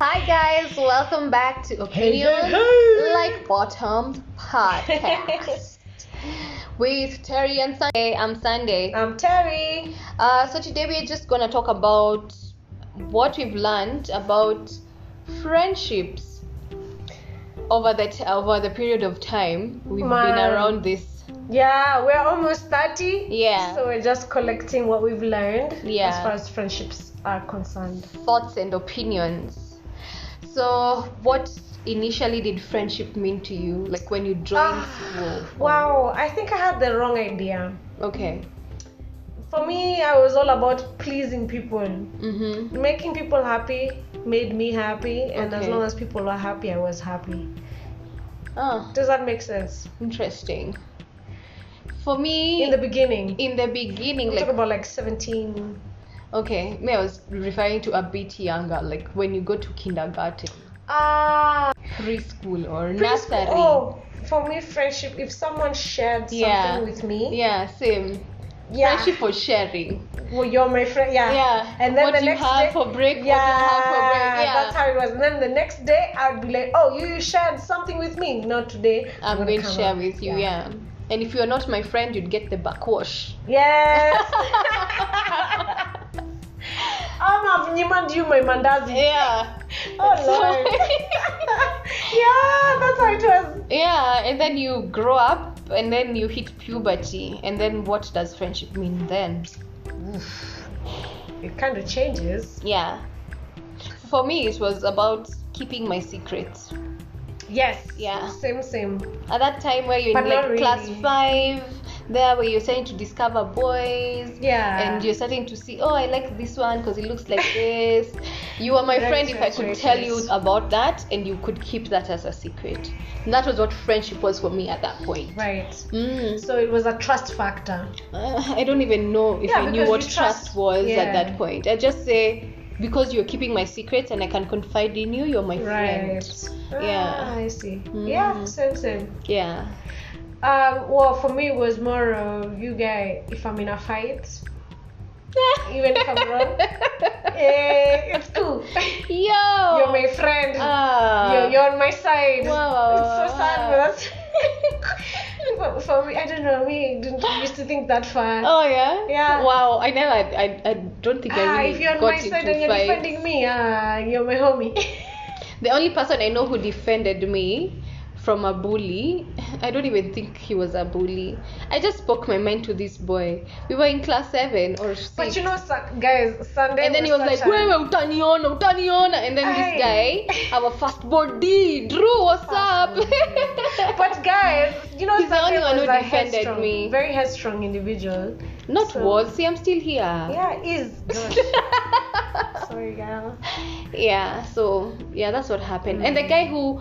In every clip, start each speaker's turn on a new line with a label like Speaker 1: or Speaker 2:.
Speaker 1: Hi guys, welcome back to Opinion Like Bottomed Podcast with Terry and Sunday. I'm Sunday.
Speaker 2: I'm Terry.
Speaker 1: Uh, so today we're just gonna talk about what we've learned about friendships over the t- over the period of time we've been
Speaker 2: Wow.
Speaker 1: around this.
Speaker 2: Yeah, we're almost 30.
Speaker 1: Yeah.
Speaker 2: So we're just collecting what we've learned
Speaker 1: Yeah.
Speaker 2: as far as friendships are concerned.
Speaker 1: thoughts and opinions. So, what initially did friendship mean to you? Like when you joined
Speaker 2: Ah,
Speaker 1: school?
Speaker 2: Wow, I think I had the wrong idea.
Speaker 1: Okay.
Speaker 2: For me, I was all about pleasing people.
Speaker 1: Mhm.
Speaker 2: Making people happy made me happy, and as
Speaker 1: Okay.
Speaker 2: long as people were happy, I was happy.
Speaker 1: Ah,
Speaker 2: Does that make sense?
Speaker 1: interesting. For me,
Speaker 2: In the beginning,
Speaker 1: in the beginning,
Speaker 2: we talk
Speaker 1: like
Speaker 2: about like 17.
Speaker 1: okay, me I was referring to a bit younger, like when you go to kindergarten,
Speaker 2: Ah,
Speaker 1: preschool, or nursery.
Speaker 2: Principle- Oh, for me, friendship. If someone shared something
Speaker 1: Yeah.
Speaker 2: with me,
Speaker 1: Yeah, same.
Speaker 2: yeah,
Speaker 1: Friendship for sharing.
Speaker 2: well, you're my friend. Yeah.
Speaker 1: Yeah.
Speaker 2: And then
Speaker 1: what
Speaker 2: the
Speaker 1: you
Speaker 2: next
Speaker 1: have
Speaker 2: day,
Speaker 1: for break,
Speaker 2: yeah,
Speaker 1: what you have for break. Yeah.
Speaker 2: that's how it was. And then the next day, I'd be like, oh, you, you shared something with me. Not today.
Speaker 1: I'm
Speaker 2: gonna
Speaker 1: going to
Speaker 2: come
Speaker 1: share
Speaker 2: up."
Speaker 1: with you, yeah. And if you're not my friend, you'd get the backwash.
Speaker 2: Yes. I'm I've nyimmed Oh, you my mandazi.
Speaker 1: Eh, yeah.
Speaker 2: Oh lord. yeah, that's how it was.
Speaker 1: yeah, and then you grow up and then you hit puberty. And then what does friendship mean then?
Speaker 2: It kind of changes.
Speaker 1: Yeah. For me, it was about keeping my secrets.
Speaker 2: Yes.
Speaker 1: Yeah.
Speaker 2: Same, same.
Speaker 1: At that time where you're
Speaker 2: But
Speaker 1: in
Speaker 2: not
Speaker 1: like class
Speaker 2: really.
Speaker 1: five, there where you're starting to discover boys.
Speaker 2: Yeah.
Speaker 1: and you're starting to see oh i like this one because it looks like this you were my
Speaker 2: Right,
Speaker 1: friend if i
Speaker 2: right,
Speaker 1: could
Speaker 2: right,
Speaker 1: tell
Speaker 2: right.
Speaker 1: you about that and you could keep that as a secret and that was what friendship was for me at that point
Speaker 2: Right.
Speaker 1: mm.
Speaker 2: So it was a trust factor.
Speaker 1: Uh, i don't even know if
Speaker 2: Yeah,
Speaker 1: i knew
Speaker 2: because
Speaker 1: what
Speaker 2: you
Speaker 1: trust,
Speaker 2: trust-
Speaker 1: was
Speaker 2: yeah.
Speaker 1: at that point i just say because you're keeping my secrets and i can confide in you you're my
Speaker 2: Right.
Speaker 1: friend
Speaker 2: Ah,
Speaker 1: Yeah.
Speaker 2: I see.
Speaker 1: Mm.
Speaker 2: Yeah, same, same.
Speaker 1: yeah
Speaker 2: Um, well, for me, it was more of you guy, if I'm in a fight, even if I'm wrong, eh, it's cool.
Speaker 1: yo
Speaker 2: You're my friend.
Speaker 1: Ah.
Speaker 2: you're, you're on my side.
Speaker 1: Wow,
Speaker 2: It's so sad, but
Speaker 1: wow.
Speaker 2: that's. for, for me, I don't know. Me, I didn't I used to think that far.
Speaker 1: Oh yeah.
Speaker 2: Yeah.
Speaker 1: Wow. I never. I. I don't think I
Speaker 2: ah,
Speaker 1: really
Speaker 2: if you're on
Speaker 1: got
Speaker 2: my
Speaker 1: into
Speaker 2: side and you're
Speaker 1: fights.
Speaker 2: defending me, ah, you're my homie.
Speaker 1: The only person I know who defended me from a bully, I don't even think he was a bully. I just spoke my mind to this boy. We were in class seven or six.
Speaker 2: but you know, Sun- guys, Sunday.
Speaker 1: and then he was like,
Speaker 2: such a-
Speaker 1: wewe utaniona, utaniona. oh, And then this
Speaker 2: Aye.
Speaker 1: guy, our first body, Drew, what's up?
Speaker 2: But guys, you know,
Speaker 1: He's the only
Speaker 2: Sunday
Speaker 1: one
Speaker 2: was
Speaker 1: who
Speaker 2: a
Speaker 1: defended
Speaker 2: headstrong,
Speaker 1: me.
Speaker 2: very headstrong individual.
Speaker 1: Not
Speaker 2: So-
Speaker 1: was, see, I'm still here.
Speaker 2: Yeah, is. Gosh. Sorry, girl.
Speaker 1: Yeah, so, yeah, that's what happened. And the guy who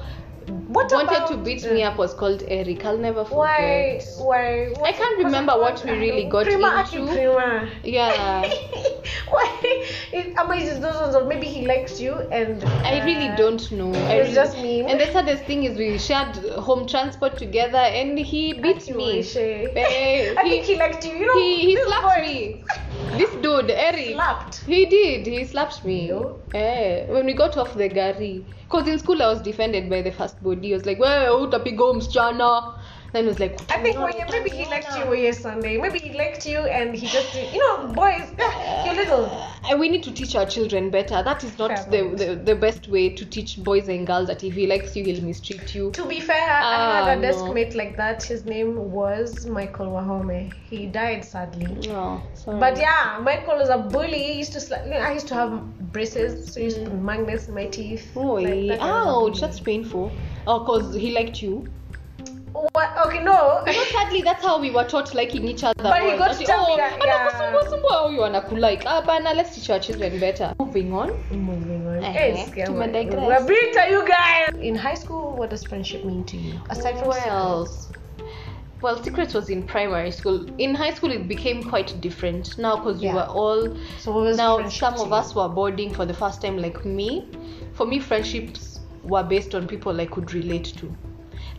Speaker 2: What
Speaker 1: wanted
Speaker 2: about,
Speaker 1: to beat
Speaker 2: uh,
Speaker 1: me up was called Eric. I'll never forget.
Speaker 2: Why? Why?
Speaker 1: I can't remember what we really got
Speaker 2: prima
Speaker 1: into. Uh,
Speaker 2: Aki prima.
Speaker 1: Yeah.
Speaker 2: why? It amazes those ones. Or maybe he likes you, and
Speaker 1: I really
Speaker 2: uh,
Speaker 1: don't know. I
Speaker 2: It's
Speaker 1: really-
Speaker 2: just me.
Speaker 1: And the saddest thing is we shared home transport together, and he beat
Speaker 2: Aki
Speaker 1: me.
Speaker 2: Ueshe.
Speaker 1: Eh,
Speaker 2: I
Speaker 1: he-
Speaker 2: think he liked you. You know,
Speaker 1: He he
Speaker 2: this
Speaker 1: slapped
Speaker 2: boy
Speaker 1: me. This dude Eric.
Speaker 2: Slapped.
Speaker 1: He did. He slapped me.
Speaker 2: No.
Speaker 1: Eh, when we got off the gari, cause in school I was defended by the first body. He was like, "Well, utapigo msichana." Then he was like,
Speaker 2: I think when you, maybe he liked you when you Sunday. Maybe he liked you and he just you know boys you're little.
Speaker 1: Uh, we need to teach our children better. That is not
Speaker 2: Fair
Speaker 1: the,
Speaker 2: point.
Speaker 1: the the best way to teach boys and girls that if he likes you, he'll mistreat you.
Speaker 2: To be fair, I
Speaker 1: Ah,
Speaker 2: had a
Speaker 1: no.
Speaker 2: desk mate like that. His name was Michael Wahome. He died sadly.
Speaker 1: Oh, sorry.
Speaker 2: But yeah, Michael was a bully. He used to sla- you know, I used to have braces, so he used to put magnets in my teeth.
Speaker 1: Oh,
Speaker 2: like that kind of
Speaker 1: ouch,
Speaker 2: bully.
Speaker 1: that's painful. Oh, because he liked you.
Speaker 2: What? Okay, no.
Speaker 1: You know, sadly, that's how we were taught liking each other.
Speaker 2: But he
Speaker 1: more.
Speaker 2: got
Speaker 1: Not,
Speaker 2: to tell me that, yeah."
Speaker 1: anakusumbua au you anakulike. Hapana, ah, let's teach our children better. Moving on.
Speaker 2: Moving on.
Speaker 1: Eh,
Speaker 2: Hey, it's-
Speaker 1: to
Speaker 2: we're-
Speaker 1: digress.
Speaker 2: we're bitter, you guys. In high school, what does friendship mean to you? Aside from
Speaker 1: well, well, secrets was in primary school. In high school, it became quite different now because
Speaker 2: Yeah.
Speaker 1: we were all
Speaker 2: so what was
Speaker 1: now
Speaker 2: friendship
Speaker 1: some
Speaker 2: to
Speaker 1: of
Speaker 2: you?
Speaker 1: us were boarding for the first time like me for me friendships were based on people i could relate to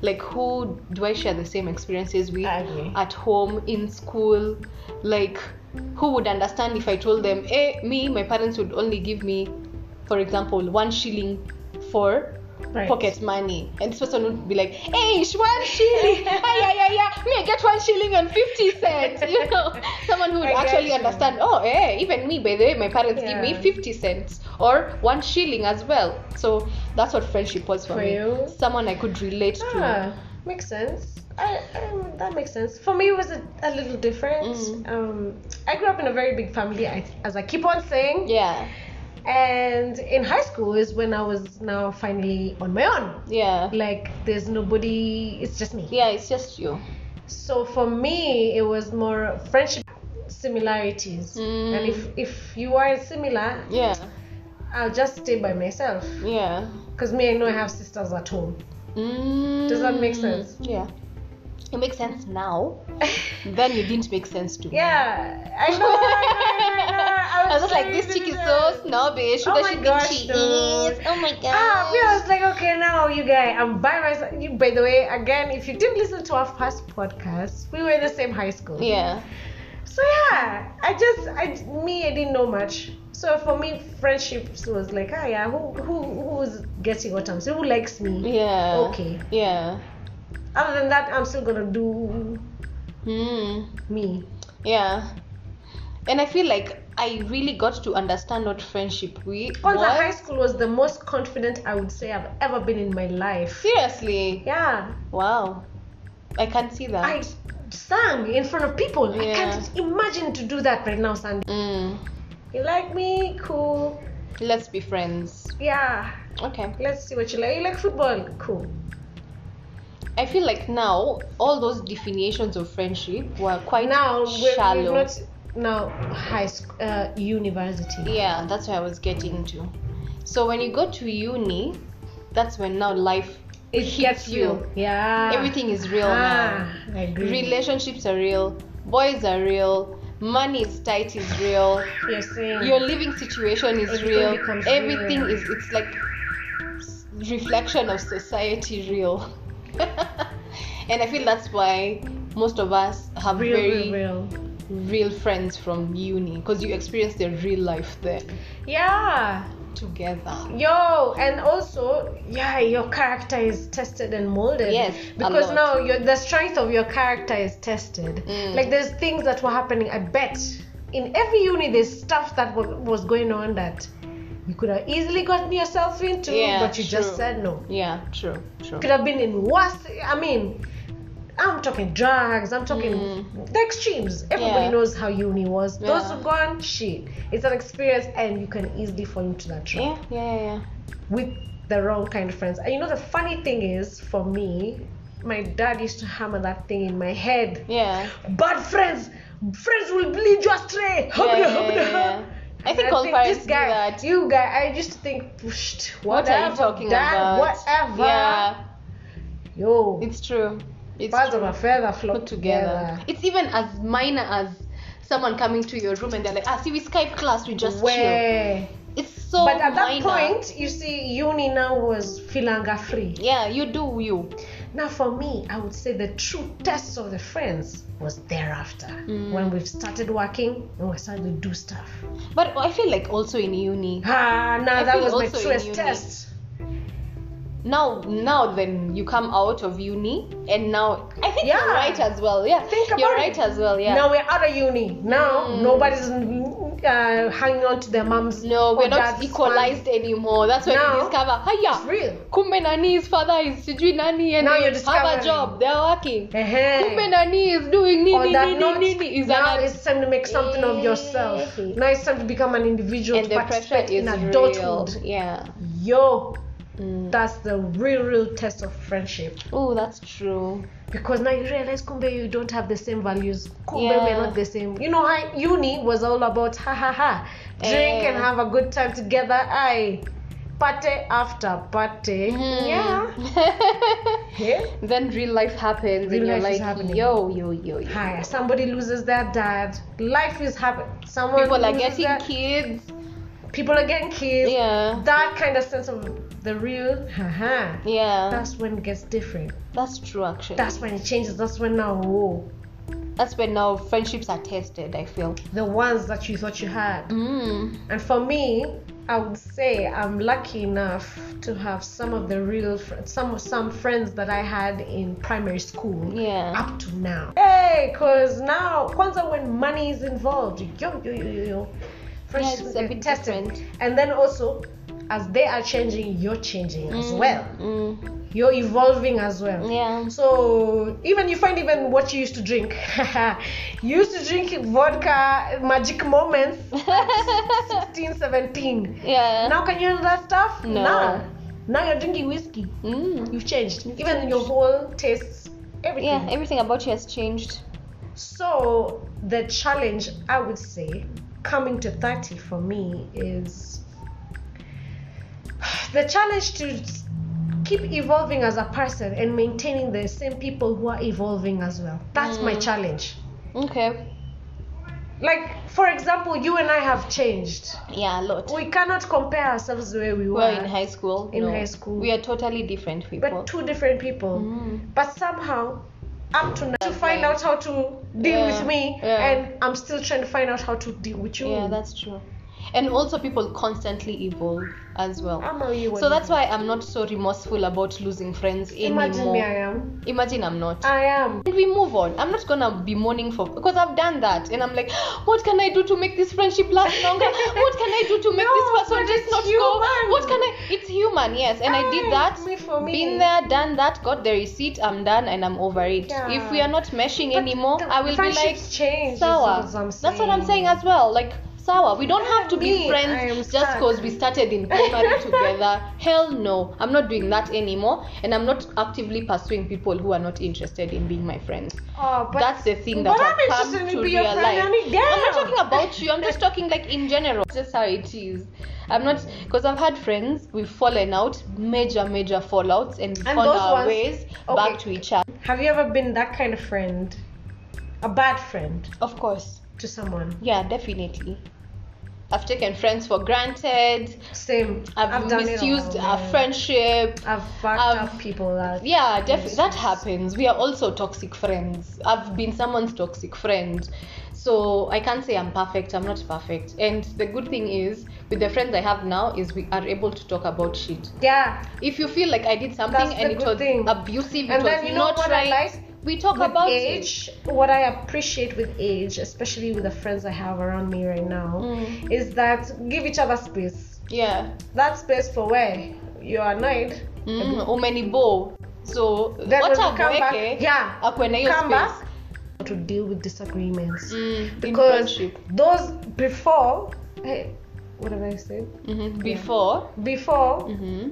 Speaker 1: like who do i share the same experiences with
Speaker 2: I agree.
Speaker 1: at home in school "Eh, like who would understand if i told them hey me my parents would only give me for example, one shilling for
Speaker 2: Right.
Speaker 1: pocket money. And this person would be like, hey, it's one shilling. Ah, yeah, yeah, yeah. Me, I get one shilling and 50 cents. You know, someone who would
Speaker 2: I get
Speaker 1: actually
Speaker 2: you.
Speaker 1: understand, oh, eh, even me, by the way, my parents give me
Speaker 2: Yeah.
Speaker 1: 50 cents or one shilling as well. So that's what friendship was for,
Speaker 2: For
Speaker 1: me.
Speaker 2: you?
Speaker 1: Someone I could relate to.
Speaker 2: Ah, makes sense. I, um, that makes sense. For me, it was a, a little different.
Speaker 1: Mm.
Speaker 2: Um, I grew up in a very big family, I, as I keep on saying.
Speaker 1: Yeah,
Speaker 2: And in high school is when I was now finally on my own.
Speaker 1: yeah.
Speaker 2: Like, there's nobody, it's just me.
Speaker 1: Yeah, it's just you.
Speaker 2: So for me, it was more friendship similarities.
Speaker 1: Mm.
Speaker 2: And if, if you are similar,
Speaker 1: Yeah,
Speaker 2: I'll just stay by myself.
Speaker 1: yeah.
Speaker 2: Because me, I know I have sisters at home.
Speaker 1: Mm.
Speaker 2: Does that make sense?
Speaker 1: Yeah. It makes sense now. Then it didn't make sense to me.
Speaker 2: yeah, I know. I, know, I, know, I,
Speaker 1: I
Speaker 2: know.
Speaker 1: was just like, this chick is so snobby. Should
Speaker 2: Oh
Speaker 1: I
Speaker 2: my
Speaker 1: should think
Speaker 2: gosh,
Speaker 1: she
Speaker 2: dude.
Speaker 1: is? Oh my god.
Speaker 2: Ah, we I was like, okay, now you guys, I'm by myself. You, by the way, again, if you didn't listen to our past podcast, we were in the same high school.
Speaker 1: Yeah.
Speaker 2: So yeah, I just, I, me, I didn't know much. So for me, friendships was like, ah, yeah, who, who, who's getting what I'm saying? Who likes me?
Speaker 1: Yeah.
Speaker 2: Okay.
Speaker 1: Yeah.
Speaker 2: Other than that, I'm still gonna do
Speaker 1: Hmm.
Speaker 2: me.
Speaker 1: Yeah. And I feel like I really got to understand what friendship we
Speaker 2: Kwanzaa
Speaker 1: was.
Speaker 2: high school was the most confident I would say I've ever been in my life.
Speaker 1: Seriously.
Speaker 2: Yeah,
Speaker 1: Wow. I can't see that.
Speaker 2: I sang in front of people. I
Speaker 1: Yeah.
Speaker 2: can't imagine to do that right now, Sandy.
Speaker 1: Mm.
Speaker 2: You like me? Cool.
Speaker 1: Let's be friends.
Speaker 2: Yeah.
Speaker 1: Okay.
Speaker 2: Let's see what you like. You like football? Cool.
Speaker 1: I feel like now all those definitions of friendship were quite
Speaker 2: now we're,
Speaker 1: shallow.
Speaker 2: we're not now high school, uh, university.
Speaker 1: Yeah, that's what I was getting to. So when you go to uni, that's when now life
Speaker 2: It
Speaker 1: hits
Speaker 2: gets
Speaker 1: you.
Speaker 2: real. Yeah.
Speaker 1: Everything is real now.
Speaker 2: Ah, I agree.
Speaker 1: Relationships are real. Boys are real. Money is tight is real.
Speaker 2: You're saying.
Speaker 1: Your living situation is
Speaker 2: Everything
Speaker 1: real.
Speaker 2: becomes real.
Speaker 1: Everything is it's like s- reflection of society real. and I feel that's why most of us have
Speaker 2: real,
Speaker 1: very
Speaker 2: real, real.
Speaker 1: real friends from uni because you experience their real life there
Speaker 2: Yeah.
Speaker 1: together.
Speaker 2: Yo, and also, yeah, your character is tested and molded.
Speaker 1: Yes, a
Speaker 2: because
Speaker 1: lot.
Speaker 2: now your the strength of your character is tested.
Speaker 1: Mm.
Speaker 2: Like there's things that were happening. I bet in every unit there's stuff that wa- was going on that you could have easily gotten yourself into,
Speaker 1: Yeah,
Speaker 2: but you just
Speaker 1: true.
Speaker 2: said no.
Speaker 1: Yeah, true, true.
Speaker 2: Could have been in worse. I mean, I'm talking drugs. I'm talking
Speaker 1: Mm.
Speaker 2: the extremes. Everybody
Speaker 1: Yeah.
Speaker 2: knows how uni was. Those
Speaker 1: Yeah.
Speaker 2: who've gone, shit. It's an experience, and you can easily fall into that trap
Speaker 1: Yeah, yeah, yeah,
Speaker 2: with the wrong kind of friends. And you know the funny thing is for me, my dad used to hammer that thing in my head.
Speaker 1: yeah.
Speaker 2: Bad friends, friends will lead you astray.
Speaker 1: Yeah, yeah, yeah, yeah. I think all parents
Speaker 2: this
Speaker 1: do
Speaker 2: guy,
Speaker 1: that.
Speaker 2: You guy, I used to think, "Psht,
Speaker 1: What
Speaker 2: whatever,
Speaker 1: are you talking
Speaker 2: dad,
Speaker 1: about?
Speaker 2: Whatever.
Speaker 1: Yeah,
Speaker 2: Yo,
Speaker 1: it's true. It's
Speaker 2: birds
Speaker 1: true.
Speaker 2: of a feather flock
Speaker 1: put together.
Speaker 2: together.
Speaker 1: It's even as minor as someone coming to your room and they're like, ah, see, we Skype class, we just
Speaker 2: Where?
Speaker 1: chill. It's so
Speaker 2: but at that
Speaker 1: minor.
Speaker 2: point, you see, uni now was filanga free.
Speaker 1: yeah, you do you.
Speaker 2: Now, for me, I would say the true test of the friends was thereafter
Speaker 1: Mm.
Speaker 2: when we've started working and we started to do stuff.
Speaker 1: But I feel like also in uni
Speaker 2: Ah, now
Speaker 1: I
Speaker 2: that
Speaker 1: feel
Speaker 2: was my
Speaker 1: also in
Speaker 2: truest
Speaker 1: uni.
Speaker 2: test.
Speaker 1: now, now then you come out of uni and now I think
Speaker 2: Yeah.
Speaker 1: you're right as well. Yeah,
Speaker 2: Think about
Speaker 1: you're right
Speaker 2: it.
Speaker 1: as well. Yeah.
Speaker 2: Now we're out of uni. Now
Speaker 1: Mm.
Speaker 2: nobody's uh, hanging on to their mums.
Speaker 1: No, we're
Speaker 2: or
Speaker 1: not
Speaker 2: dad's
Speaker 1: equalized anymore. That's when
Speaker 2: Now-
Speaker 1: you discover,
Speaker 2: funds. It's
Speaker 1: hiya,
Speaker 2: real.
Speaker 1: kumbe nani his father is sijui nani and
Speaker 2: Now
Speaker 1: they
Speaker 2: you're
Speaker 1: have a
Speaker 2: discovering.
Speaker 1: job, they're working. Kumbe
Speaker 2: Ehe.
Speaker 1: nani is doing nini
Speaker 2: Uh-huh. On that
Speaker 1: nini
Speaker 2: note,
Speaker 1: nini is
Speaker 2: now
Speaker 1: an
Speaker 2: it's time to make something of yourself.
Speaker 1: Eh.
Speaker 2: Now it's time to become an individual
Speaker 1: and
Speaker 2: to
Speaker 1: the pressure
Speaker 2: participate
Speaker 1: is
Speaker 2: in
Speaker 1: real.
Speaker 2: adulthood.
Speaker 1: Yeah.
Speaker 2: Yo,
Speaker 1: Mm.
Speaker 2: that's the real, real test of friendship.
Speaker 1: Oh, that's true.
Speaker 2: because now you realize kumbe you don't have the same values kumbe
Speaker 1: Yeah.
Speaker 2: we're not the same you know hi- uni was all about ha ha ha drink
Speaker 1: Eh.
Speaker 2: and have a good time together i party after party
Speaker 1: Hmm.
Speaker 2: yeah yeah
Speaker 1: then real life happens
Speaker 2: Real
Speaker 1: and you're
Speaker 2: life is
Speaker 1: like,
Speaker 2: happening.
Speaker 1: yo, yo, yo, yo.
Speaker 2: hi somebody loses their dad life is happening someone
Speaker 1: People are
Speaker 2: loses
Speaker 1: getting
Speaker 2: their-
Speaker 1: kids.
Speaker 2: people are getting kids
Speaker 1: Yeah.
Speaker 2: that kind of sense of the real haha
Speaker 1: Yeah. That's,
Speaker 2: that's when it gets different
Speaker 1: true actually.
Speaker 2: that's when it changes that's when now oh, whoa
Speaker 1: That's when now friendships are tested, I feel.
Speaker 2: the ones that you thought you had
Speaker 1: Mm.
Speaker 2: And for me, I would say I'm lucky enough to have some of the real fr- some some friends that I had in primary school
Speaker 1: Yeah.
Speaker 2: up to now. Hey, cause now kwanza when money is involved, yo yo yo yo, yo
Speaker 1: Yeah, it's a
Speaker 2: get
Speaker 1: bit
Speaker 2: tested.
Speaker 1: different.
Speaker 2: And then also, as they are changing, you're changing as well.
Speaker 1: Mm,
Speaker 2: You're evolving as well.
Speaker 1: yeah.
Speaker 2: So even you find even what you used to drink. you used to drink vodka, magic moments, 16, 17.
Speaker 1: yeah.
Speaker 2: Now can you handle that stuff?
Speaker 1: No.
Speaker 2: Now, now you're drinking whiskey.
Speaker 1: Mm.
Speaker 2: You've changed. Even your whole tastes, everything.
Speaker 1: Yeah, everything about you has changed.
Speaker 2: So the challenge I would say coming to 30 for me is the challenge to keep evolving as a person and maintaining the same people who are evolving as well. That's my
Speaker 1: Mm.
Speaker 2: challenge.
Speaker 1: Okay.
Speaker 2: Like for example, you and I have changed.
Speaker 1: Yeah, a lot.
Speaker 2: We cannot compare ourselves the way we were,
Speaker 1: Well, in high school.
Speaker 2: in
Speaker 1: no.
Speaker 2: high school.
Speaker 1: We are totally different people.
Speaker 2: but two different people.
Speaker 1: Mm.
Speaker 2: But somehow up to now to find out how to deal
Speaker 1: Yeah.
Speaker 2: with me
Speaker 1: Yeah.
Speaker 2: and I'm still trying to find out how to deal with you.
Speaker 1: Yeah, that's true. And also, people constantly evolve as well.
Speaker 2: I'm a you.
Speaker 1: So that's why I'm not so remorseful about losing friends anymore.
Speaker 2: imagine me. I am.
Speaker 1: Imagine I'm not.
Speaker 2: I am.
Speaker 1: And we move on. I'm not gonna be mourning for because I've done that, and I'm like, what can I do to make this friendship last longer? what can I do to make
Speaker 2: No,
Speaker 1: this person
Speaker 2: but
Speaker 1: just
Speaker 2: it's
Speaker 1: not
Speaker 2: human.
Speaker 1: go? What can I? It's human, yes. And I
Speaker 2: Aye,
Speaker 1: did that.
Speaker 2: me for me.
Speaker 1: Been there, done that, got the receipt. I'm done, and I'm over it.
Speaker 2: Yeah.
Speaker 1: If we are not meshing
Speaker 2: But
Speaker 1: anymore,
Speaker 2: the
Speaker 1: I will be like
Speaker 2: friendships change, is
Speaker 1: sour.
Speaker 2: what I'm
Speaker 1: That's what I'm saying
Speaker 2: saying.
Speaker 1: as well. Like sour. We don't
Speaker 2: Yeah,
Speaker 1: have to
Speaker 2: me,
Speaker 1: be
Speaker 2: I am
Speaker 1: friends just
Speaker 2: stuck.
Speaker 1: because we started in primary together. Hell no, I'm not doing that anymore, and I'm not actively pursuing people who are not interested in being my friends.
Speaker 2: Oh, but
Speaker 1: That's the thing
Speaker 2: but
Speaker 1: that I've
Speaker 2: I'm
Speaker 1: come
Speaker 2: interested
Speaker 1: to
Speaker 2: in being your friend.
Speaker 1: realize.
Speaker 2: Honey, damn.
Speaker 1: I'm not talking about you. I'm just talking like in general. Just how it is. I'm not because I've had friends. We've fallen out, major, major fallouts, and we
Speaker 2: And
Speaker 1: found
Speaker 2: those
Speaker 1: our
Speaker 2: ones-
Speaker 1: ways
Speaker 2: okay.
Speaker 1: back to each other.
Speaker 2: Have you ever been that kind of friend, a bad friend
Speaker 1: Of course,
Speaker 2: to someone?
Speaker 1: yeah, definitely. I've taken friends for granted.
Speaker 2: Same.
Speaker 1: I've,
Speaker 2: done it all,
Speaker 1: misused our
Speaker 2: man.
Speaker 1: friendship.
Speaker 2: I've fucked
Speaker 1: I've-
Speaker 2: up people. That
Speaker 1: Yeah, definitely. That happens. We are also toxic friends. I've been someone's toxic friend. So I can't say I'm perfect. I'm not perfect. And the good thing is, with the friends I have now, is we are able to talk about shit.
Speaker 2: Yeah.
Speaker 1: If you feel like I did something
Speaker 2: That's the
Speaker 1: and it
Speaker 2: good
Speaker 1: was
Speaker 2: thing.
Speaker 1: abusive,
Speaker 2: And
Speaker 1: it was
Speaker 2: then you know
Speaker 1: not
Speaker 2: what I
Speaker 1: right,
Speaker 2: like?
Speaker 1: we talk
Speaker 2: with
Speaker 1: about it.
Speaker 2: age, what I appreciate with age, especially with the friends I have around me right now,
Speaker 1: Mm.
Speaker 2: is that give each other space.
Speaker 1: Yeah.
Speaker 2: That space for where you're annoyed,
Speaker 1: Mm, umenibo. So
Speaker 2: Then when
Speaker 1: wacha
Speaker 2: you come back,
Speaker 1: abweke,
Speaker 2: yeah,
Speaker 1: akuwe na hiyo
Speaker 2: come
Speaker 1: space.
Speaker 2: back to deal with disagreements
Speaker 1: Mm, in
Speaker 2: because
Speaker 1: friendship.
Speaker 2: those before, hey, what have I said?
Speaker 1: Mhm, Before.
Speaker 2: Before,
Speaker 1: hmm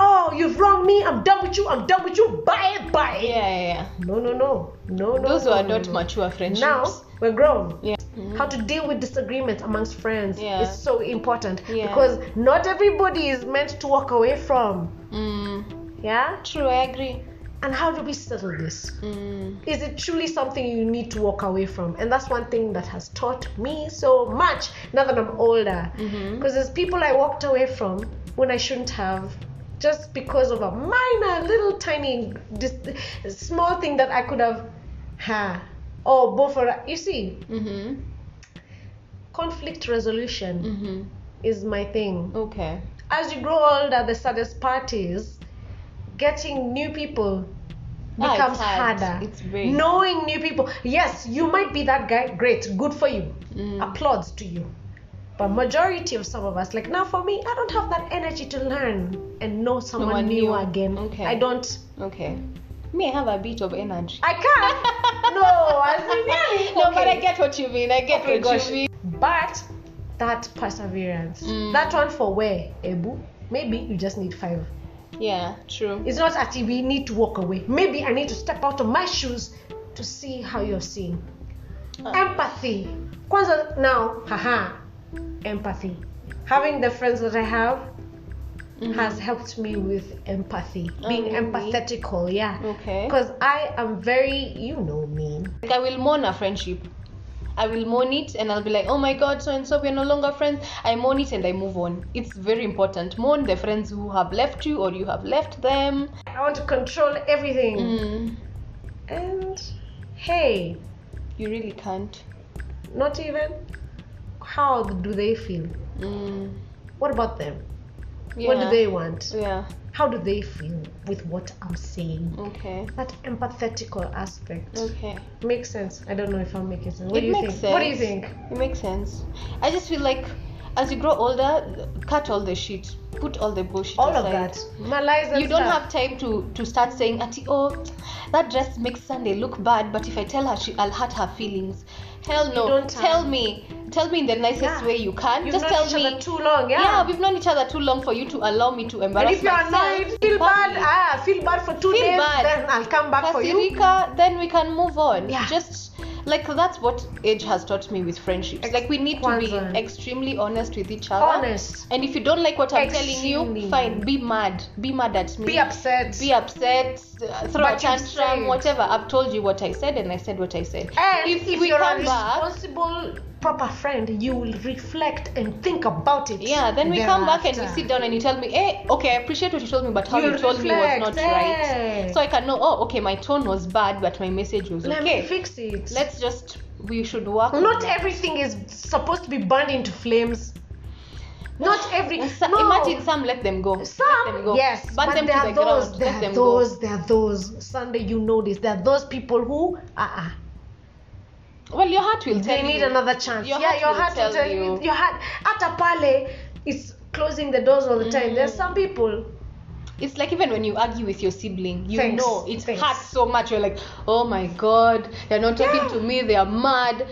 Speaker 2: oh, you've wronged me. I'm done with you. I'm done with you. Bye, bye.
Speaker 1: Yeah, yeah, yeah.
Speaker 2: No, no, no, no, no.
Speaker 1: Those who
Speaker 2: no,
Speaker 1: are
Speaker 2: no,
Speaker 1: not
Speaker 2: no.
Speaker 1: mature friendships.
Speaker 2: Mm. Now we're grown.
Speaker 1: Yeah. Mhm.
Speaker 2: How to deal with disagreements amongst friends
Speaker 1: Yeah.
Speaker 2: is so important
Speaker 1: Yeah.
Speaker 2: because not everybody is meant to walk away from.
Speaker 1: Mm,
Speaker 2: Yeah?
Speaker 1: true, I agree.
Speaker 2: And how do we settle this?
Speaker 1: Mm,
Speaker 2: Is it truly something you need to walk away from? And that's one thing that has taught me so much now that I'm older. Because
Speaker 1: mhm.
Speaker 2: there's people I walked away from when I shouldn't have just because of a minor, little, tiny, dis- small thing that I could have. Ha. Or both are. You see,
Speaker 1: Mhm.
Speaker 2: conflict resolution.
Speaker 1: Mhm.
Speaker 2: is my thing.
Speaker 1: Okay.
Speaker 2: As you grow older, the saddest part is getting new people
Speaker 1: Ah, it's
Speaker 2: becomes
Speaker 1: hard.
Speaker 2: harder.
Speaker 1: It's very-
Speaker 2: knowing new people. Yes, you might be that guy. Great, good for you.
Speaker 1: Mm.
Speaker 2: Applauds to you. But majority of some of us, like now for me, I don't have that energy to learn and know someone,
Speaker 1: Someone
Speaker 2: new,
Speaker 1: new.
Speaker 2: again.
Speaker 1: Okay.
Speaker 2: I don't.
Speaker 1: Okay. Me, I have a bit of energy.
Speaker 2: I can't. no, as in really.
Speaker 1: No, but
Speaker 2: Okay.
Speaker 1: I get what you mean. I get
Speaker 2: Okay,
Speaker 1: what
Speaker 2: gosh.
Speaker 1: you mean.
Speaker 2: But that perseverance,
Speaker 1: Mm.
Speaker 2: that one for where, Ebu? Maybe you just need five.
Speaker 1: Yeah, true.
Speaker 2: It's not that we need to walk away. Maybe I need to step out of my shoes to see how you're seeing.
Speaker 1: Uh.
Speaker 2: Empathy. Kwanza now, haha, empathy. Having the friends that I have
Speaker 1: Mhm.
Speaker 2: has helped me with empathy.
Speaker 1: Oh,
Speaker 2: Being
Speaker 1: really? Mm.
Speaker 2: empathetical, yeah.
Speaker 1: Okay.
Speaker 2: Because I am very, you know me.
Speaker 1: Like I will mourn a friendship. I will mourn it and I'll be like, oh my god, so and so, we're no longer friends. I mourn it and I move on. It's very important. Mourn the friends who have left you or you have left them.
Speaker 2: I want to control everything.
Speaker 1: Mm,
Speaker 2: And hey,
Speaker 1: you really can't.
Speaker 2: not even how do they feel?
Speaker 1: Mm,
Speaker 2: What about them?
Speaker 1: Yeah.
Speaker 2: What do they want?
Speaker 1: Yeah.
Speaker 2: How do they feel with what I'm saying?
Speaker 1: Okay.
Speaker 2: That empathetical aspect
Speaker 1: Okay.
Speaker 2: makes sense. I don't know if I'm making sense. What
Speaker 1: Mm. It
Speaker 2: do you
Speaker 1: makes
Speaker 2: think? What do you
Speaker 1: sense.
Speaker 2: think?
Speaker 1: It makes sense. I just feel like as you grow older, cut all the shit, put all the bullshit.
Speaker 2: All of
Speaker 1: aside.
Speaker 2: that. Malaise and
Speaker 1: you don't have
Speaker 2: stuff.
Speaker 1: time to to start saying ati oh that dress makes sunday look bad but if i tell her she i'll hurt her feelings hell no
Speaker 2: don't have-
Speaker 1: tell me tell me in the nicest
Speaker 2: Yeah.
Speaker 1: way you can
Speaker 2: You've
Speaker 1: just
Speaker 2: known
Speaker 1: tell
Speaker 2: each
Speaker 1: me
Speaker 2: other too long. Yeah.
Speaker 1: we've known each other too long for you to allow me to
Speaker 2: and
Speaker 1: embarrass
Speaker 2: if you're
Speaker 1: myself
Speaker 2: annoyed, feel
Speaker 1: in
Speaker 2: bad.
Speaker 1: public.
Speaker 2: Ah, feel bad for two
Speaker 1: Feel
Speaker 2: days.
Speaker 1: bad.
Speaker 2: Then I'll come back for you.
Speaker 1: Kasirika, then we can move on.
Speaker 2: Yeah.
Speaker 1: Just like that's what age has taught me with friendships.
Speaker 2: Ex-
Speaker 1: like we need to be
Speaker 2: Kwanza.
Speaker 1: extremely honest with each other.
Speaker 2: Honest.
Speaker 1: And if you don't like what I'm telling
Speaker 2: Extremely.
Speaker 1: you, fine, be mad. Be mad at me.
Speaker 2: Be upset.
Speaker 1: Be upset. uh, Throw
Speaker 2: But
Speaker 1: a
Speaker 2: you've
Speaker 1: tantrum,
Speaker 2: said.
Speaker 1: whatever. I've told you what I said and I said what I said.
Speaker 2: And if,
Speaker 1: we
Speaker 2: you're a
Speaker 1: come back,
Speaker 2: responsible, proper friend, you will reflect and think about it.
Speaker 1: yeah, then we come back and we
Speaker 2: thereafter.
Speaker 1: sit down and you tell me, hey, okay, I appreciate what you told me, but how you,
Speaker 2: You
Speaker 1: told me was
Speaker 2: reflect,
Speaker 1: not
Speaker 2: eh.
Speaker 1: right. So I can know, oh, okay, my tone was bad, but my message was
Speaker 2: Let
Speaker 1: okay.
Speaker 2: me fix it.
Speaker 1: let's just we should work
Speaker 2: Not everything is supposed to be burned into flames. Not every.
Speaker 1: And so-
Speaker 2: no.
Speaker 1: imagine some let them go let them
Speaker 2: Some,
Speaker 1: go
Speaker 2: yes,
Speaker 1: burn
Speaker 2: but
Speaker 1: them
Speaker 2: there
Speaker 1: to
Speaker 2: are
Speaker 1: the
Speaker 2: those,
Speaker 1: ground
Speaker 2: there
Speaker 1: let
Speaker 2: are
Speaker 1: them
Speaker 2: those, there are those. Sunday, you know this. There are those people who, uh-uh,
Speaker 1: go well your heart will tell
Speaker 2: they need
Speaker 1: you.
Speaker 2: another chance.
Speaker 1: Your
Speaker 2: yeah,
Speaker 1: heart
Speaker 2: your
Speaker 1: will
Speaker 2: heart will
Speaker 1: tell
Speaker 2: tell you.
Speaker 1: you.
Speaker 2: Your heart, at pale, is closing the doors all the time. There's
Speaker 1: Mm.
Speaker 2: some people.
Speaker 1: it's like even when you argue with your sibling you
Speaker 2: Thanks,
Speaker 1: know it
Speaker 2: thanks.
Speaker 1: hurts so much you're like oh my god they're not talking
Speaker 2: Yeah.
Speaker 1: to me they're mad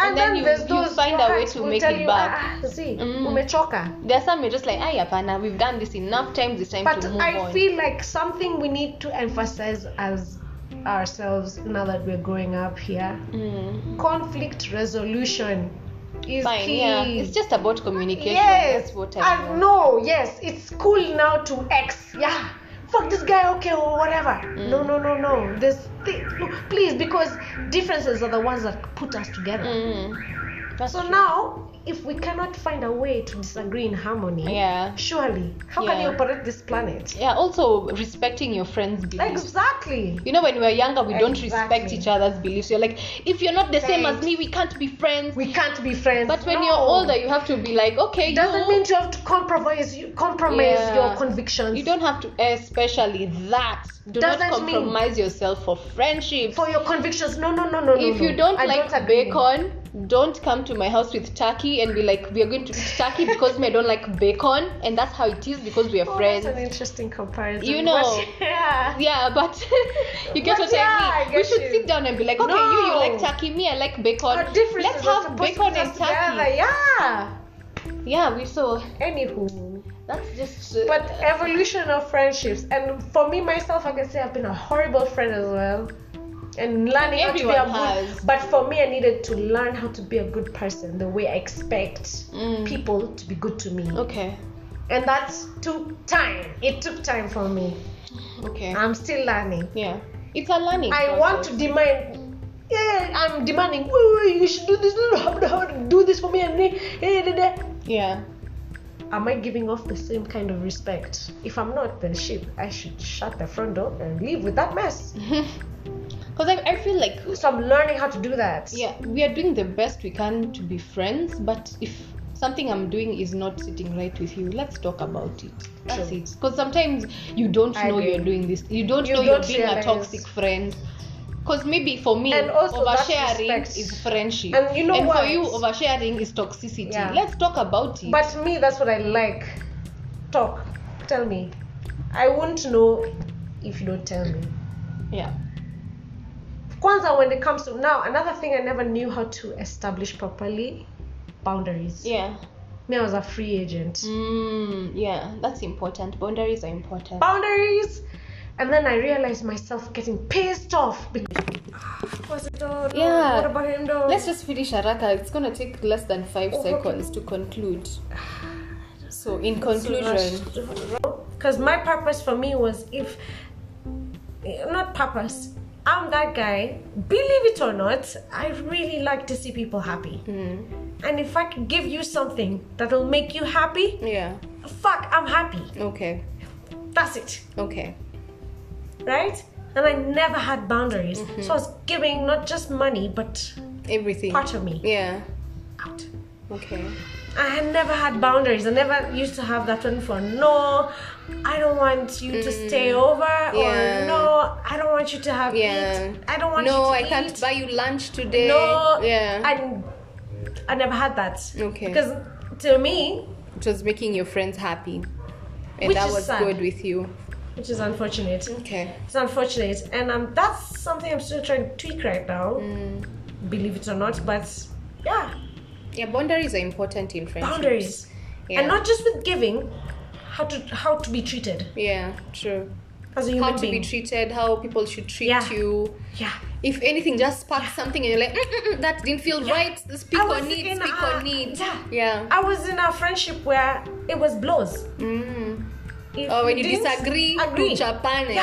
Speaker 2: And, then,
Speaker 1: you,
Speaker 2: there's
Speaker 1: you
Speaker 2: those
Speaker 1: find
Speaker 2: your
Speaker 1: a way
Speaker 2: heart
Speaker 1: to
Speaker 2: will
Speaker 1: make
Speaker 2: tell
Speaker 1: it
Speaker 2: you,
Speaker 1: back
Speaker 2: Ah, see,
Speaker 1: Mm.
Speaker 2: umechoka.
Speaker 1: there are some you're just like ay apana we've done this enough times it's time
Speaker 2: But
Speaker 1: to move
Speaker 2: I
Speaker 1: on
Speaker 2: feel like something we need to emphasize as ourselves now that we're growing up here.
Speaker 1: Mm.
Speaker 2: Conflict resolution is
Speaker 1: fine
Speaker 2: key.
Speaker 1: yeah it's just about communication
Speaker 2: yes.
Speaker 1: that's what
Speaker 2: I
Speaker 1: i know
Speaker 2: know. Yes, it's cool now to X. Yeah. Fuck this guy. Okay, or whatever.
Speaker 1: Mm.
Speaker 2: No, no, no, no. This thing. No, please, because differences are the ones that put us together.
Speaker 1: Mm. That's
Speaker 2: So
Speaker 1: true.
Speaker 2: now, if we cannot find a way to disagree in harmony,
Speaker 1: yeah
Speaker 2: surely, how can
Speaker 1: Yeah.
Speaker 2: you operate this planet?
Speaker 1: yeah also respecting your friends beliefs
Speaker 2: Exactly.
Speaker 1: you know when we're younger we don't respect
Speaker 2: Exactly.
Speaker 1: each other's beliefs you're like if you're not the same as
Speaker 2: Thanks.
Speaker 1: me we can't be friends
Speaker 2: We can't be friends.
Speaker 1: but when
Speaker 2: No.
Speaker 1: you're older you have to be like okay
Speaker 2: it doesn't
Speaker 1: you,
Speaker 2: mean you have to compromise. You compromise
Speaker 1: Yeah.
Speaker 2: your convictions.
Speaker 1: you don't have to especially that do not
Speaker 2: Doesn't mean-
Speaker 1: compromise yourself for friendships
Speaker 2: for your convictions. No, no, no, no, no.
Speaker 1: if
Speaker 2: no.
Speaker 1: you don't
Speaker 2: I
Speaker 1: like
Speaker 2: don't agree. Oh,
Speaker 1: bacon don't come to my house with turkey and be like we are going to eat turkey because me i don't like bacon and that's how it is because we are
Speaker 2: Oh,
Speaker 1: friends
Speaker 2: That's an interesting comparison.
Speaker 1: You know.
Speaker 2: But, yeah.
Speaker 1: Yeah, but you get
Speaker 2: But
Speaker 1: what
Speaker 2: yeah,
Speaker 1: I
Speaker 2: I
Speaker 1: mean.
Speaker 2: get
Speaker 1: we should
Speaker 2: you.
Speaker 1: sit down and be like, okay, you you
Speaker 2: No.
Speaker 1: like turkey, me I like bacon.
Speaker 2: Our differences
Speaker 1: Let's
Speaker 2: are
Speaker 1: have
Speaker 2: supposed to
Speaker 1: bacon
Speaker 2: put
Speaker 1: and
Speaker 2: us
Speaker 1: turkey.
Speaker 2: Together. Yeah.
Speaker 1: Yeah, we so
Speaker 2: Anywho.
Speaker 1: that's just. Uh,
Speaker 2: But evolution of friendships, and for me myself, I can say I've been a horrible friend as well, and learning how to
Speaker 1: Everyone
Speaker 2: be a
Speaker 1: has.
Speaker 2: good. But for me, I needed to learn how to be a good person the way I expect
Speaker 1: Mm. Oh,
Speaker 2: people to be good to me,
Speaker 1: okay,
Speaker 2: and that took time. It took time for me.
Speaker 1: okay,
Speaker 2: I'm still learning.
Speaker 1: yeah, it's a learning.
Speaker 2: I want to
Speaker 1: process.
Speaker 2: demand. Yeah, I'm demanding. "Oh, You should do this. Do this for me. And eh, eh, eh, eh."
Speaker 1: Yeah,
Speaker 2: am I giving off the same kind of respect? If I'm not, then shit, I should shut the front door and leave with that mess.
Speaker 1: because I, I feel like
Speaker 2: So I'm learning how to do that.
Speaker 1: yeah we are doing the best we can to be friends, but if something I'm doing is not sitting right with you, let's talk about it. That's
Speaker 2: True.
Speaker 1: it. Because sometimes you don't
Speaker 2: I
Speaker 1: know
Speaker 2: agree.
Speaker 1: you're doing this. You don't
Speaker 2: You
Speaker 1: know
Speaker 2: don't
Speaker 1: you're being a
Speaker 2: realize.
Speaker 1: toxic friend. Because maybe for me,
Speaker 2: And also that
Speaker 1: oversharing
Speaker 2: respect-
Speaker 1: is friendship.
Speaker 2: And you know what?
Speaker 1: for you, oversharing is toxicity.
Speaker 2: Yeah.
Speaker 1: Let's talk about it.
Speaker 2: But me, that's what I like. Talk. Tell me. I won't know if you don't tell me.
Speaker 1: yeah.
Speaker 2: Kwanzaa, when it comes to now, another thing I never knew how to establish properly boundaries.
Speaker 1: Yeah.
Speaker 2: Me, I was a free agent.
Speaker 1: Mm, yeah. That's important. Boundaries are important.
Speaker 2: Boundaries. And then I realized myself getting pissed off because. Was it all? No,
Speaker 1: Yeah.
Speaker 2: What about him? No.
Speaker 1: Let's just finish Haraka. It's gonna take less than five
Speaker 2: Oh,
Speaker 1: seconds to conclude. So, in conclusion,
Speaker 2: Because my purpose for me was if not purpose, I'm that guy. Believe it or not, I really like to see people happy.
Speaker 1: Hmm.
Speaker 2: And if I can give you something that'll make you happy,
Speaker 1: yeah.
Speaker 2: fuck, I'm happy.
Speaker 1: Okay.
Speaker 2: That's it,
Speaker 1: Okay.
Speaker 2: right? And I never had boundaries,
Speaker 1: Mm-hmm.
Speaker 2: so I was giving not just money but
Speaker 1: Everything.
Speaker 2: part of me
Speaker 1: Yeah.
Speaker 2: out.
Speaker 1: Okay.
Speaker 2: I had never had boundaries. I never used to have that one for no, I don't want you to stay over,
Speaker 1: Mm. Yeah.
Speaker 2: or no, I don't want you to have
Speaker 1: Yeah.
Speaker 2: eat. I don't want you
Speaker 1: no,
Speaker 2: to
Speaker 1: I
Speaker 2: eat.
Speaker 1: can't buy you lunch today.
Speaker 2: No,
Speaker 1: yeah,
Speaker 2: I, I never had that.
Speaker 1: Okay.
Speaker 2: Because to me,
Speaker 1: it was making your friends happy, and
Speaker 2: Which
Speaker 1: that
Speaker 2: is
Speaker 1: was
Speaker 2: sad.
Speaker 1: good with you.
Speaker 2: which is unfortunate,
Speaker 1: Okay.
Speaker 2: it's unfortunate, and um, that's something I'm still trying to tweak right now.
Speaker 1: Mm.
Speaker 2: Believe it or not, but yeah,
Speaker 1: Yeah, boundaries are important in friendships.
Speaker 2: boundaries,
Speaker 1: Yeah.
Speaker 2: and not just with giving, how to how to be treated
Speaker 1: Yeah, true.
Speaker 2: as a human
Speaker 1: How to
Speaker 2: being.
Speaker 1: be treated, how people should treat
Speaker 2: Yeah.
Speaker 1: you.
Speaker 2: yeah.
Speaker 1: If anything, just spark something, and you're like, Mm-mm-mm, that didn't feel right. Speak
Speaker 2: I was
Speaker 1: on it.
Speaker 2: in
Speaker 1: Speak
Speaker 2: a-
Speaker 1: on it.
Speaker 2: yeah.
Speaker 1: Yeah.
Speaker 2: I was in a friendship where it was blows.
Speaker 1: Mm.
Speaker 2: If
Speaker 1: Or when you
Speaker 2: didn't
Speaker 1: disagree,
Speaker 2: agree.
Speaker 1: to Japan. Yeah.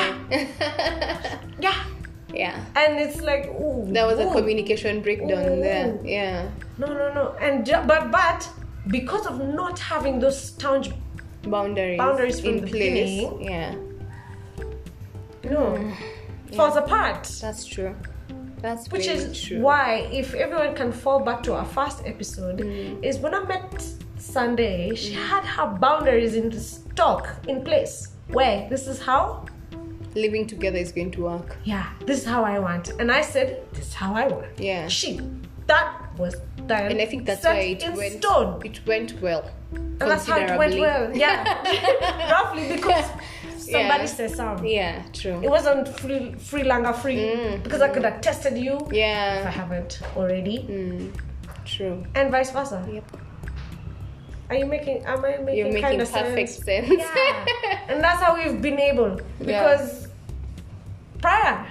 Speaker 2: Yeah,
Speaker 1: yeah.
Speaker 2: and it's like ooh.
Speaker 1: There was a
Speaker 2: ooh.
Speaker 1: communication breakdown there.
Speaker 2: Ooh.
Speaker 1: Yeah.
Speaker 2: No, no, no. And ju- but but because of not having those staunch,
Speaker 1: Boundaries.
Speaker 2: Boundaries from
Speaker 1: in
Speaker 2: the
Speaker 1: place.
Speaker 2: beginning.
Speaker 1: Yeah.
Speaker 2: no, falls apart.
Speaker 1: Mm. That's true. That's
Speaker 2: Which
Speaker 1: very
Speaker 2: is
Speaker 1: true.
Speaker 2: why, if everyone can fall back to our first episode,
Speaker 1: Mm.
Speaker 2: is when I met Sunday, she had her boundaries in stock, in place. Where this is how,
Speaker 1: Living together is going to work.
Speaker 2: yeah, this is how I want, and I said this is how I want.
Speaker 1: Yeah.
Speaker 2: she, that was done.
Speaker 1: And I think that's
Speaker 2: set
Speaker 1: why it
Speaker 2: in
Speaker 1: went.
Speaker 2: stone.
Speaker 1: It went well.
Speaker 2: And that's how it went
Speaker 1: considerably.
Speaker 2: well. Yeah, roughly because somebody
Speaker 1: Yeah.
Speaker 2: says something.
Speaker 1: Yeah, true.
Speaker 2: It wasn't free, free langa free
Speaker 1: Mm,
Speaker 2: because I could have tested you if I
Speaker 1: Yeah,
Speaker 2: haven't already,
Speaker 1: mm, true.
Speaker 2: and vice versa.
Speaker 1: Yep.
Speaker 2: Are you making? Am I making?
Speaker 1: You're making
Speaker 2: kind of
Speaker 1: perfect
Speaker 2: sense?
Speaker 1: sense.
Speaker 2: Yeah, and that's how we've been able because prior,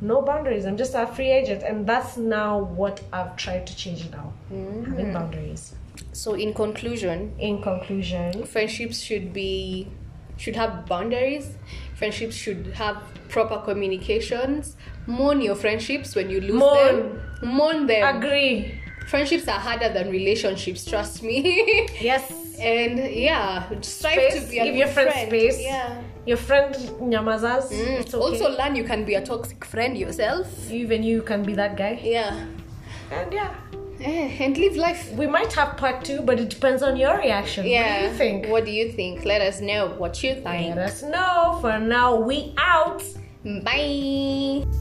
Speaker 2: no boundaries. I'm just a free agent, and that's now what I've tried to change now.
Speaker 1: Mm-hmm.
Speaker 2: Having boundaries.
Speaker 1: So, in conclusion,
Speaker 2: In conclusion,
Speaker 1: friendships should be should have boundaries. Friendships should have proper communications. Mourn your friendships when you lose
Speaker 2: Mourn.
Speaker 1: them. Mourn them.
Speaker 2: agree.
Speaker 1: friendships are harder than relationships. Trust me.
Speaker 2: Yes.
Speaker 1: and yeah, strive
Speaker 2: Space,
Speaker 1: to be a
Speaker 2: give
Speaker 1: good
Speaker 2: your friend space.
Speaker 1: Yeah.
Speaker 2: Your friend Nyamazas.
Speaker 1: Mm.
Speaker 2: It's okay.
Speaker 1: Also, learn you can be a toxic friend yourself.
Speaker 2: even you can be that guy.
Speaker 1: Yeah.
Speaker 2: And yeah.
Speaker 1: Eh, And live life.
Speaker 2: We might have part two, but it depends on your reaction.
Speaker 1: Yeah.
Speaker 2: What do you think?
Speaker 1: What do you think? Let us know what you think.
Speaker 2: Let us know. For now, we out.
Speaker 1: Bye.